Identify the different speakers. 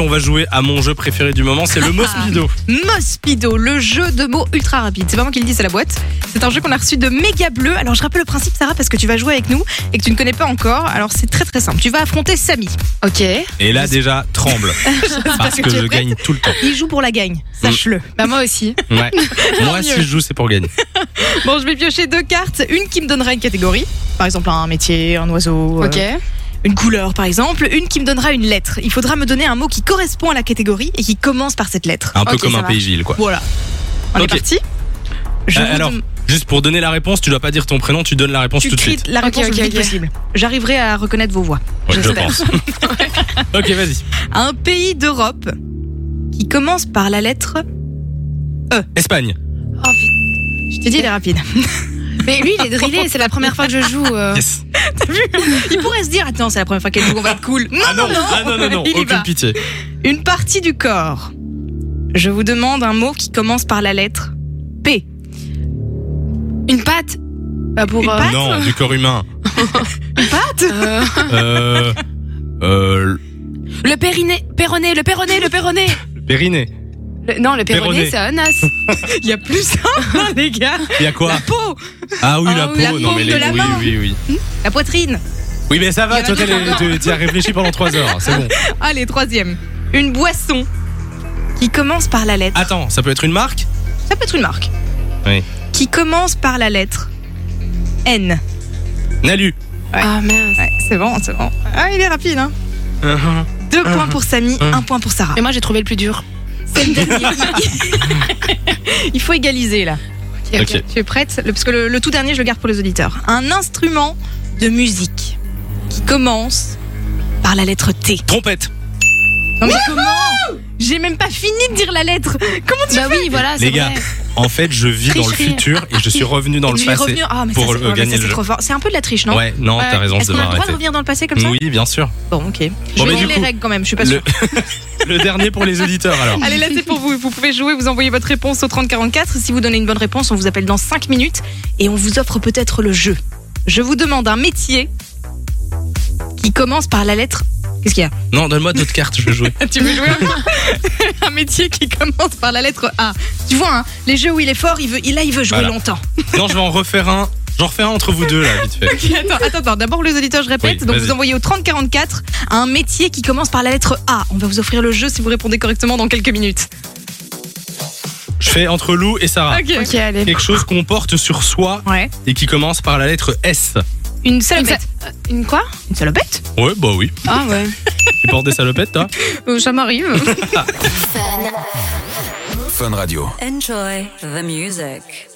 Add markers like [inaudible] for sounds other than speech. Speaker 1: On va jouer à mon jeu préféré du moment, c'est le Mospido.
Speaker 2: Mospido, le jeu de mots ultra rapide. C'est vraiment qu'il dit, c'est la boîte. C'est un jeu qu'on a reçu de Méga Bleu. Alors je rappelle le principe, Sarah, parce que tu vas jouer avec nous et que tu ne connais pas encore. Alors c'est très très simple. Tu vas affronter Samy.
Speaker 3: Ok.
Speaker 1: Et là déjà, tremble, parce
Speaker 2: que
Speaker 1: que
Speaker 2: tu es
Speaker 1: je
Speaker 2: prête.
Speaker 1: gagne tout le temps.
Speaker 2: Il joue pour la gagne, sache-le.
Speaker 3: Bah
Speaker 2: [laughs]
Speaker 3: moi aussi.
Speaker 1: Ouais. Moi, si
Speaker 2: mieux.
Speaker 1: je joue, c'est pour gagner.
Speaker 2: Bon, je vais piocher deux cartes. Une qui me donnera une catégorie. Par exemple, un métier, un oiseau,
Speaker 3: Ok.
Speaker 2: euh, une couleur, par exemple. Une qui me donnera une lettre. Il faudra me donner un mot qui correspond à la catégorie et qui commence par cette lettre.
Speaker 1: Un peu
Speaker 3: Ok,
Speaker 1: comme
Speaker 3: ça
Speaker 1: un
Speaker 3: va.
Speaker 1: pays ville, quoi.
Speaker 2: Voilà. On
Speaker 1: Ok.
Speaker 2: est parti Je
Speaker 1: Euh,
Speaker 2: vous
Speaker 1: alors,
Speaker 2: dem-
Speaker 1: juste pour donner la réponse, tu dois pas dire ton prénom, tu donnes la réponse
Speaker 2: tu
Speaker 1: tout de
Speaker 2: cries
Speaker 1: suite.
Speaker 2: la
Speaker 3: Ok,
Speaker 2: réponse
Speaker 3: ok,
Speaker 2: le plus vite
Speaker 3: ok.
Speaker 2: possible. J'arriverai à reconnaître vos voix.
Speaker 1: Ouais, je
Speaker 2: j'espère.
Speaker 1: pense. [laughs] ok, vas-y.
Speaker 2: un pays d'Europe qui commence par la lettre.
Speaker 1: Espagne.
Speaker 3: Oh, putain.
Speaker 2: Je t'ai dit, il est rapide.
Speaker 3: mais lui, il est drillé. C'est la première fois que je joue.
Speaker 1: [laughs]
Speaker 3: euh.
Speaker 1: Yes.
Speaker 2: Il pourrait se dire, attends, c'est la première fois qu'elle joue, on va être cool. Non,
Speaker 1: Ah non, ah non, non, non,
Speaker 2: Il y
Speaker 1: aucune
Speaker 2: va.
Speaker 1: pitié.
Speaker 2: Une partie du corps. Je vous demande un mot qui commence par la lettre P.
Speaker 3: Une patte. Bah pour.
Speaker 2: Une
Speaker 3: euh,
Speaker 2: patte [laughs]
Speaker 1: Non, du corps humain.
Speaker 2: Pâte
Speaker 3: euh,
Speaker 1: Euh. Euh.
Speaker 3: le périnée. Péroné. Le péroné. Le péroné.
Speaker 1: Le périnée.
Speaker 3: Le- non, le péroné,
Speaker 1: Péroné.
Speaker 3: c'est un as.
Speaker 2: [laughs] Il y a plus [laughs] simple, les gars.
Speaker 1: Il y a quoi
Speaker 2: La peau,
Speaker 1: Ah oui,
Speaker 3: Ah
Speaker 1: la
Speaker 3: oui,
Speaker 1: peau.
Speaker 3: la
Speaker 1: non,
Speaker 3: paume
Speaker 1: mais
Speaker 3: de
Speaker 1: les-
Speaker 3: la
Speaker 1: oui,
Speaker 3: main.
Speaker 1: oui, oui.
Speaker 2: la poitrine.
Speaker 1: Oui, mais ça
Speaker 3: Il y
Speaker 1: va,
Speaker 3: en a
Speaker 1: toi,
Speaker 3: qui
Speaker 1: t'as les-
Speaker 3: sont
Speaker 1: tu tu y as réfléchi pendant 3 heures, c'est bon.
Speaker 2: Allez, troisième. Une boisson qui commence par la lettre.
Speaker 1: Attends, ça peut être une marque
Speaker 2: Ça peut être une marque.
Speaker 1: Oui.
Speaker 2: Qui commence par la lettre N.
Speaker 1: Nalu.
Speaker 3: Ah merde.
Speaker 2: Ouais, c'est bon, c'est bon. Ah, il est rapide, hein. Deux
Speaker 1: Ah.
Speaker 2: points pour Samy,
Speaker 1: Uhum.
Speaker 2: un point pour Sarah.
Speaker 3: Mais moi, j'ai trouvé le plus dur.
Speaker 2: C'est le [laughs] dernier. Il faut égaliser là.
Speaker 3: Ok.
Speaker 1: Ok.
Speaker 2: Tu es prête Le- Parce que le, le tout dernier, je le garde pour les auditeurs. Un instrument de musique qui commence par la lettre T.
Speaker 1: Trompette.
Speaker 2: Non mais comment J'ai même pas fini de dire la lettre. Comment tu
Speaker 3: Bah oui,
Speaker 2: Ah,
Speaker 3: voilà, c'est
Speaker 1: Les gars,
Speaker 3: vrai.
Speaker 1: en fait, je vis dans le
Speaker 3: Tricherie.
Speaker 1: futur et je suis revenu dans
Speaker 2: Tu
Speaker 1: le
Speaker 2: es
Speaker 1: passé.
Speaker 2: revenu Ah, mais ça,
Speaker 1: pour,
Speaker 2: c'est-
Speaker 1: euh,
Speaker 2: ouais, mais ça,
Speaker 1: gagner le
Speaker 2: c'est
Speaker 1: jeu.
Speaker 2: trop fort. C'est un peu de la triche, non
Speaker 1: Ouais, non, t'as raison, je
Speaker 2: Est-ce
Speaker 1: devrais
Speaker 2: qu'on a le droit de
Speaker 1: arrêter.
Speaker 2: revenir dans le passé comme ça
Speaker 1: Oui, bien sûr.
Speaker 2: Bon, ok.
Speaker 1: Bon,
Speaker 2: je
Speaker 1: mais
Speaker 2: vais
Speaker 1: du
Speaker 2: les
Speaker 1: coup,
Speaker 2: règles quand même. Je suis pas sûre.
Speaker 1: Le... [laughs] le dernier pour les auditeurs,
Speaker 2: [laughs]
Speaker 1: alors.
Speaker 2: Allez, là, c'est pour vous. Vous pouvez jouer, vous envoyez votre réponse au 3044. Si vous donnez une bonne réponse, on vous appelle dans 5 minutes et on vous offre peut-être le jeu. Je vous demande un métier qui commence par la lettre. Qu'est-ce qu'il y a
Speaker 1: Non, donne-moi d'autres cartes, je veux jouer.
Speaker 2: Ah, Tu veux jouer encore [laughs] Un métier qui commence par la lettre A. Tu vois, hein, les jeux où il est fort, il veut, il- là, il veut jouer
Speaker 1: Voilà.
Speaker 2: longtemps.
Speaker 1: Non, je vais en refaire un. J'en refais un entre vous deux, là, vite fait.
Speaker 2: [laughs] attends, attends, attends. D'abord, les auditeurs, je répète.
Speaker 1: Oui,
Speaker 2: donc,
Speaker 1: vas-y.
Speaker 2: vous envoyez au 3044 un métier qui commence par la lettre A. On va vous offrir le jeu si vous répondez correctement dans quelques minutes.
Speaker 1: Je fais entre Lou et Sarah.
Speaker 3: Ok, allez.
Speaker 1: Quelque chose qu'on porte sur soi
Speaker 2: Ouais.
Speaker 1: et qui commence par la lettre S.
Speaker 2: Une
Speaker 3: Une,
Speaker 2: salopette.
Speaker 3: sa- une quoi
Speaker 2: Une salopette
Speaker 1: Ouais, bah oui.
Speaker 3: Ah ouais.
Speaker 1: Tu portes des salopettes, toi
Speaker 2: Euh, Ça m'arrive.
Speaker 4: Enjoy the music.